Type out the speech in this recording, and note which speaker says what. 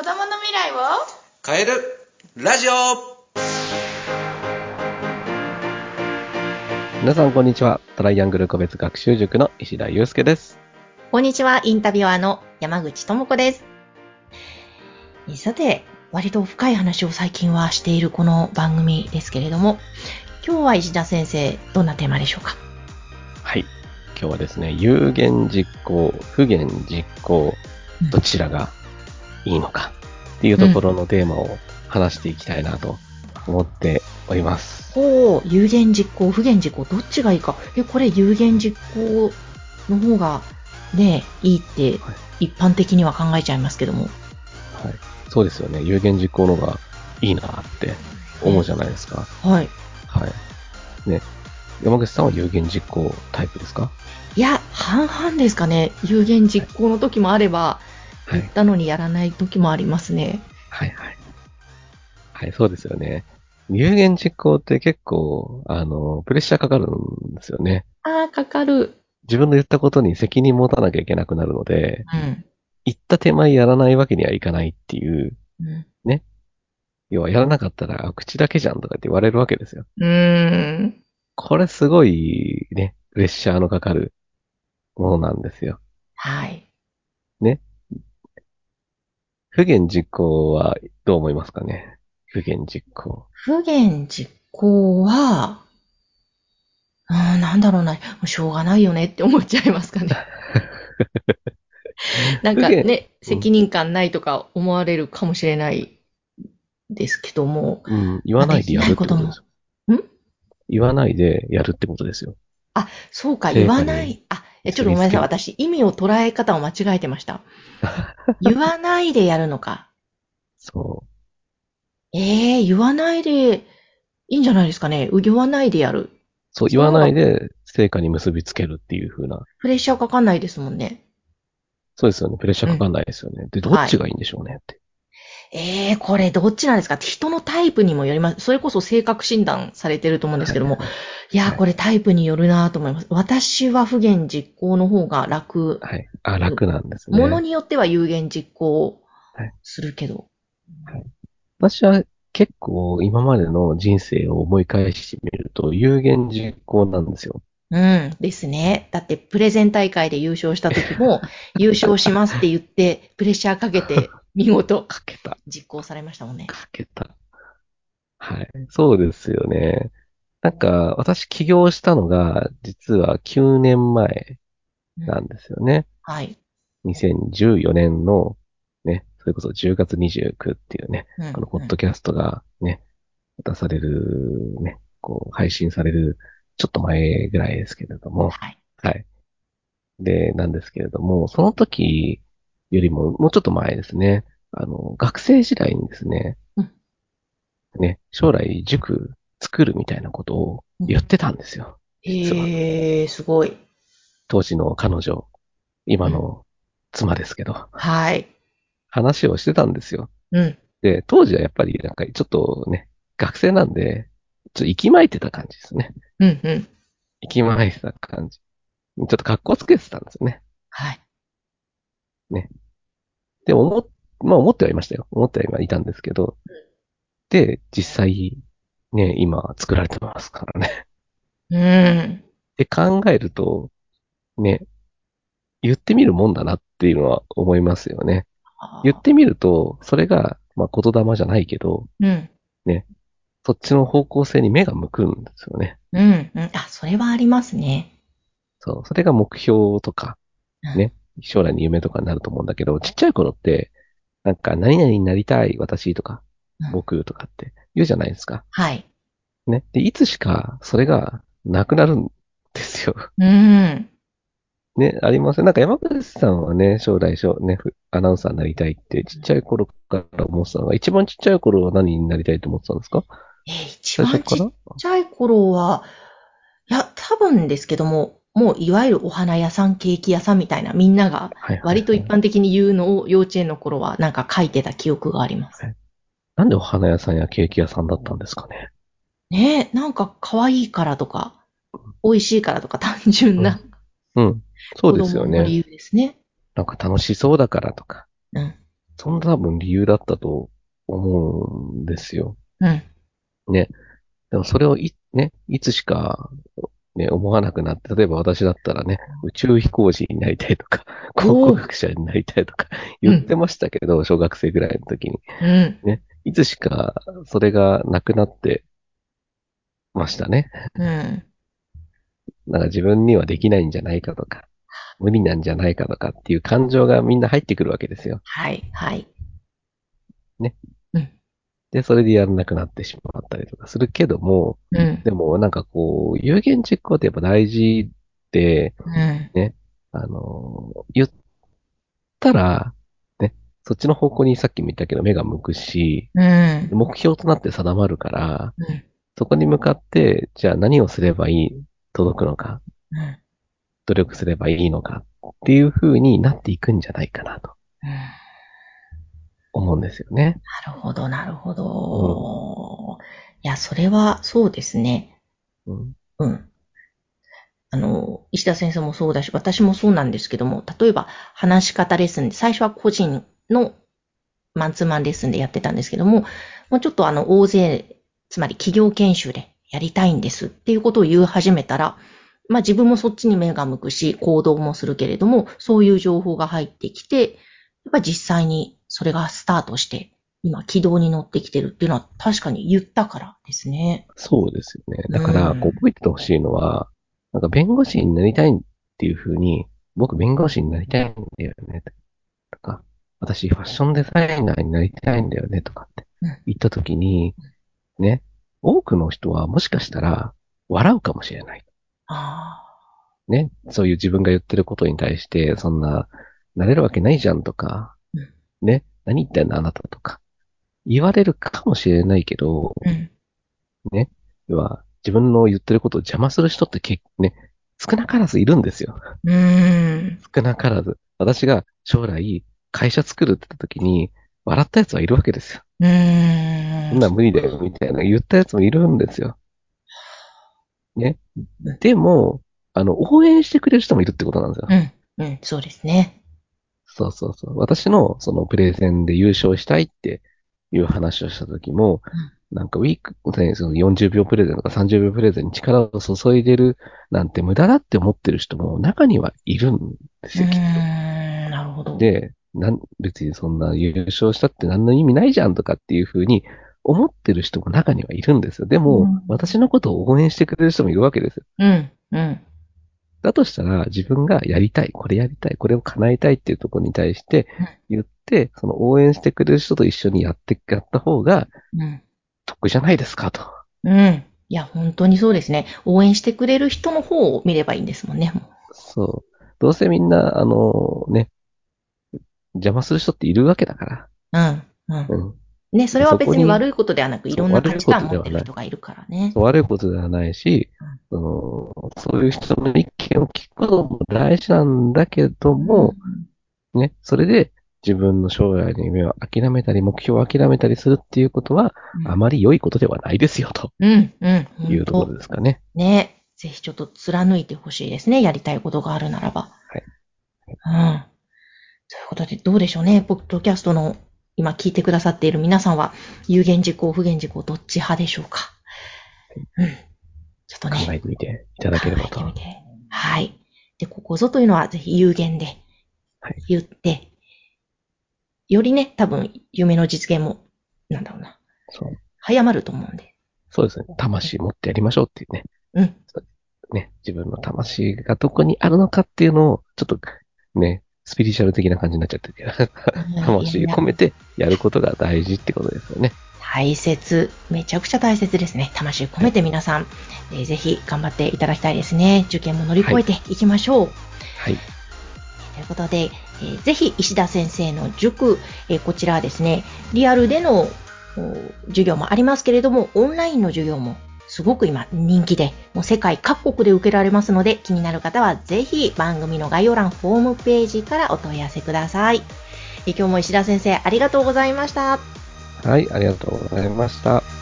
Speaker 1: 未来を
Speaker 2: 変えるラジオ
Speaker 3: 皆さんこんにちは。トライアングル個別学習塾の石田祐介です。
Speaker 1: こんにちは、インタビュアーの山口智子です。さて、割と深い話を最近はしているこの番組ですけれども、今日は石田先生、どんなテーマでしょうか
Speaker 3: はい。今日はですね、有言実行、不言実行
Speaker 1: うん、
Speaker 3: どちらがいいのかっていうところのテーマを話していきたいなと思っております。
Speaker 1: ほう、有言実行、不言実行、どっちがいいか。え、これ有言実行の方がね、いいって
Speaker 3: はい
Speaker 1: 一般的には考えちゃいますけども。
Speaker 3: はい。そうですよね。有言実行の方がいいなって思うじゃないですか。
Speaker 1: はい。
Speaker 3: はい。ね。山口さんは有言実行タイプですか
Speaker 1: いや、半々ですかね。有言実行の時もあれば、
Speaker 3: は
Speaker 1: 言ったのにやらない時もありますね。
Speaker 3: はいはい。はい、そうですよね。有言実行って結構、あの、プレッシャーかかるんですよね。
Speaker 1: ああ、かかる。
Speaker 3: 自分の言ったことに責任持たなきゃいけなくなるので、
Speaker 1: うん。
Speaker 3: 言った手前やらないわけにはいかないっていう、
Speaker 1: う
Speaker 3: 要はやらなかったら、あ口だけじゃんとかって言われるわけですよ。
Speaker 1: ーん。
Speaker 3: これすごいね、プレッシャーのかかるものなんですよ。
Speaker 1: はい。
Speaker 3: 不言実行はどう思いますかね不言実行。
Speaker 1: 不言実行は、うん、なんだろうな、もうしょうがないよねって思っちゃいますかね。 なんか
Speaker 3: 不言
Speaker 1: ね、
Speaker 3: うん
Speaker 1: 責任感ないとか思われるかもしれないですけども、
Speaker 3: うん、言わないでやるってことです
Speaker 1: なんか言いたいこともん。
Speaker 3: よ言わないでやるってことですよ。
Speaker 1: そうか、
Speaker 3: 成果
Speaker 1: 言
Speaker 3: に
Speaker 1: わない。あ、えちょっとごめんなさい、私、意味を捉え方を間違えてま した。言わないでやるのか。
Speaker 3: そ
Speaker 1: ええ言わないで、いいんじゃないですかね。う言わないでやる。
Speaker 3: う。
Speaker 1: そ
Speaker 3: そう、
Speaker 1: う
Speaker 3: 言わないで成果に結びつけるっていう風な。
Speaker 1: プレッシャーかかんないですもんね。
Speaker 3: そうですよね。プレッシャーかかんないですよね。で、どっちがいいんでしょうねって。
Speaker 1: ええこれどっちなんですか人のタイプにもよります。それこそ性格診断されてると思うんですけども。、
Speaker 3: はい
Speaker 1: や
Speaker 3: は
Speaker 1: ー、
Speaker 3: い
Speaker 1: これタイプによるなと思います。私は不言実行の方が楽。
Speaker 3: はい。あ、楽なんですね。
Speaker 1: ものによっては有言実行
Speaker 3: はい
Speaker 1: するけど。
Speaker 3: 私は結構今までの人生を思い返してみると、有言実行なんですよ。
Speaker 1: うん、ですね。だって、プレゼン大会で優勝した時 も、優勝しますって言って、プレッシャーかけて、見事、
Speaker 3: かけた。
Speaker 1: 実行されましたもんね。
Speaker 3: かけた。はい。そうですよね。なんか、私起業したのが、実は9年前
Speaker 1: うん
Speaker 3: なんですよね。
Speaker 1: はい。
Speaker 3: 2014年の、ね、それこそ10月29っていうね、
Speaker 1: うん
Speaker 3: あの、ポッドキャストがね、出される、ね、こう、配信される、ちょっと前ぐらいですけれ
Speaker 1: う
Speaker 3: ど
Speaker 1: ん
Speaker 3: も、
Speaker 1: はい。
Speaker 3: はい。で、なんですけれども、その時よりも、もうちょっと前ですね、あの、学生時代にですね
Speaker 1: うん、
Speaker 3: ね、将来塾作るみたいなことを言ってたんですよ。実は
Speaker 1: ええすごい。
Speaker 3: 当時の彼女、今の妻ですけど、
Speaker 1: はい。
Speaker 3: 話をしてたんですよ。
Speaker 1: うん。
Speaker 3: で、当時はやっぱりなんかちょっとね、学生なんで、ちょっと息巻いてた感じですね。
Speaker 1: うん、うん。
Speaker 3: 息巻いてた感じ。ちょっと格好つけてたんですよね。
Speaker 1: はい。
Speaker 3: で、思っ、まあ思ってはいましたよ。思ってはいたんですけど。で、実際、ね、今作られてますからね。
Speaker 1: うん。
Speaker 3: で、考えると、ね、言ってみるもんだなっていうのは思いますよね。言ってみると、それが、まあ言霊じゃないけど、
Speaker 1: うん。
Speaker 3: そっちの方向性に目が向くんですよね。
Speaker 1: うん。うん。あ、それはありますね。
Speaker 3: そう、それが目標とか、
Speaker 1: うん
Speaker 3: ね、将来の夢とかになると思うんだけど、ちっちゃい頃って、なんか、何々になりたい、私とか
Speaker 1: うん、
Speaker 3: 僕とかって言うじゃないですか。
Speaker 1: はい。
Speaker 3: ね。で、いつしか、それがなくなるんですよ。
Speaker 1: うん。
Speaker 3: ね、ありません。なんか山口さんはね、将来、将ね、ふアナウンサーになりたいって、ちっちゃい頃から思ってたのが、一番ちっちゃい頃は何になりたいと思ってたんですか
Speaker 1: えー一
Speaker 3: 最
Speaker 1: 番
Speaker 3: 初
Speaker 1: ち
Speaker 3: か
Speaker 1: っ
Speaker 3: ら
Speaker 1: ちゃい頃は、いや、多分ですけども、もういわゆるお花屋さん、ケーキ屋さんみたいな、みんなが
Speaker 3: はいはい
Speaker 1: 割と一般的に言うのを幼稚園の頃はなんか書いてた記憶があります。
Speaker 3: なんでお花屋さんやケーキ屋さんだったんですかね。
Speaker 1: ねえ、なんか可愛いからとか、美味しいからとか単純な
Speaker 3: うん。そうですよ
Speaker 1: 子供の理
Speaker 3: ね。
Speaker 1: 由ですね。
Speaker 3: なんか楽しそうだからとか。
Speaker 1: うん。
Speaker 3: そんな多分理由だったと思うんですよ。
Speaker 1: うん。
Speaker 3: ね。でもそれをい、ね、いつしか、ね、思わなくなって、例えば私だったらね、宇宙飛行士になりたいとか、
Speaker 1: おー
Speaker 3: 考古学者になりたいとか言ってましたけど、小学生ぐらいの時に。
Speaker 1: うん。
Speaker 3: いつしかそれがなくなってましたね。
Speaker 1: うん。
Speaker 3: なんか自分にはできないんじゃないかとか、無理なんじゃないかとかっていう感情がみんな入ってくるわけですよ。
Speaker 1: はい。はい。
Speaker 3: で、それでやらなくなってしまったりとかするけども、
Speaker 1: うん。
Speaker 3: でもなんかこう、有言実行ってやっぱ大事で、
Speaker 1: うん。
Speaker 3: あのー言ったら、ね、そっちの方向にさっきも言ったけど目が向くし、
Speaker 1: うん。
Speaker 3: 目標となって定まるから、
Speaker 1: うん。
Speaker 3: そこに向かって、じゃあ何をすればいい、届くのか、
Speaker 1: うん。
Speaker 3: 努力すればいいのかっていう風になっていくんじゃないかなと
Speaker 1: うん
Speaker 3: 思うんですよね。
Speaker 1: なるほど、なるほど。いや、それはそうですね。
Speaker 3: うん。
Speaker 1: うん。あの、石田先生もそうだし、私もそうなんですけども、例えば話し方レッスンで、最初は個人のマンツーマンレッスンでやってたんですけども、もうちょっとあの、大勢、つまり企業研修でやりたいんですっていうことを言い始めたら、まあ自分もそっちに目が向くし、行動もするけれども、そういう情報が入ってきて、やっぱ実際にそれがスタートして、今軌道に乗ってきてるっていうのは確かに言ったからですね。
Speaker 3: そうですよね。だから、
Speaker 1: うん
Speaker 3: こう覚えててほしいのは、なんか弁護士になりたいっていう風に、僕弁護士になりたいんだよね。とか、私ファッションデザイナーになりたいんだよね。とかって
Speaker 1: うん
Speaker 3: 言った時に、ね、多くの人はもしかしたら笑うかもしれない。
Speaker 1: あ
Speaker 3: ね、そういう自分が言ってることに対して、そんな、なれるわけないじゃんとか
Speaker 1: うん、
Speaker 3: ね、何言ってんのあなたとか、言われるかもしれないけど、
Speaker 1: あ。うん。
Speaker 3: 要は、自分の言ってることを邪魔する人って結構ね、少なからずいるんですよ。
Speaker 1: うーん。
Speaker 3: 少なからず。私が将来、会社作るって言った時に、笑ったやつはいるわけですよ。
Speaker 1: うーん。
Speaker 3: そんなん無理だよ、みたいな言ったやつもいるんですよ。ね。でも、あの、応援してくれる人もいるってことなんですよ。
Speaker 1: うん。うん。そうですね。
Speaker 3: そうそうそう。私のそのプレゼンで優勝したいっていう話をした時も、なんかウィーク、ねその40秒プレゼンとか30秒プレゼンに力を注いでるなんて無駄だって思ってる人も中にはいるんです
Speaker 1: うー
Speaker 3: よ、
Speaker 1: ん
Speaker 3: きっ。
Speaker 1: なるほど。
Speaker 3: と。で、なん、別にそんな優勝したって何の意味ないじゃんとかっていうふうに思ってる人も中にはいるんですよ。でも、
Speaker 1: うん
Speaker 3: 私のことを応援してくれる人もいるわけですよ。
Speaker 1: うん。うん。
Speaker 3: だとしたら、自分がやりたい、これやりたい、これを叶えたいっていうところに対して
Speaker 1: うん
Speaker 3: 言って、その応援してくれる人と一緒にやって、やった方が
Speaker 1: うん。
Speaker 3: 得じゃないですかと。
Speaker 1: うん。いや、本当にそうですね。応援してくれる人の方を見ればいいんですもんね。も
Speaker 3: そう。どうせみんな、あのね、邪魔する人っているわけだから。
Speaker 1: ううん。う。
Speaker 3: うんん。
Speaker 1: ね、それは別
Speaker 3: そこ
Speaker 1: に
Speaker 3: に
Speaker 1: 悪いことではなく、
Speaker 3: そう
Speaker 1: いろんな
Speaker 3: 悪い
Speaker 1: 価
Speaker 3: こと
Speaker 1: 値観を
Speaker 3: で
Speaker 1: 持
Speaker 3: は
Speaker 1: って
Speaker 3: な
Speaker 1: る
Speaker 3: い
Speaker 1: 人がいるからね。
Speaker 3: 悪いことではないし、その、そういう人の意見を聞くことも大事なんだけども、ね、それで自分の将来の夢を諦めたり、目標を諦めたりするっていうことは、
Speaker 1: うん、
Speaker 3: あまり良いことではないですよ、と
Speaker 1: うん、うん。本当
Speaker 3: いうところですかね。
Speaker 1: ね。ぜひちょっと貫いてほしいですね。やりたいことがあるならば。
Speaker 3: はい。
Speaker 1: うん。ということで、どうでしょうね。ポッドキャストの今聞いてくださっている皆さんは、有言実行、不言実行、どっち派でしょうか。うん。ちょっとね。
Speaker 3: 考えてみていただければと
Speaker 1: 考え。てみてはい。で、ここぞというのはぜひ有限で
Speaker 3: はい
Speaker 1: 言って、よりね、多分夢の実現も、なんだろうな、
Speaker 3: そう
Speaker 1: 早まると思うんで。
Speaker 3: そうですね。魂持ってやりましょうっていうね。
Speaker 1: うん。
Speaker 3: ね、自分の魂がどこにあるのかっていうのを、ちょっとね、スピリチュアル的な感じになっちゃってるけど、 魂込めてやることが大事ってことですよね。
Speaker 1: 大切。めちゃくちゃ大切ですね。魂込めて皆さん、えーぜひ頑張っていただきたいですね。受験も乗り越えていきましょう。
Speaker 3: はい。
Speaker 1: ということで、えーぜひ石田先生の塾、えーこちらはですね、リアルでのお授業もありますけれども、オンラインの授業もすごく今人気で、もう世界各国で受けられますので、気になる方はぜひ番組の概要欄、ホームページからお問い合わせください。えー今日も石田先生ありがとうございました。
Speaker 3: はい、ありがとうございました。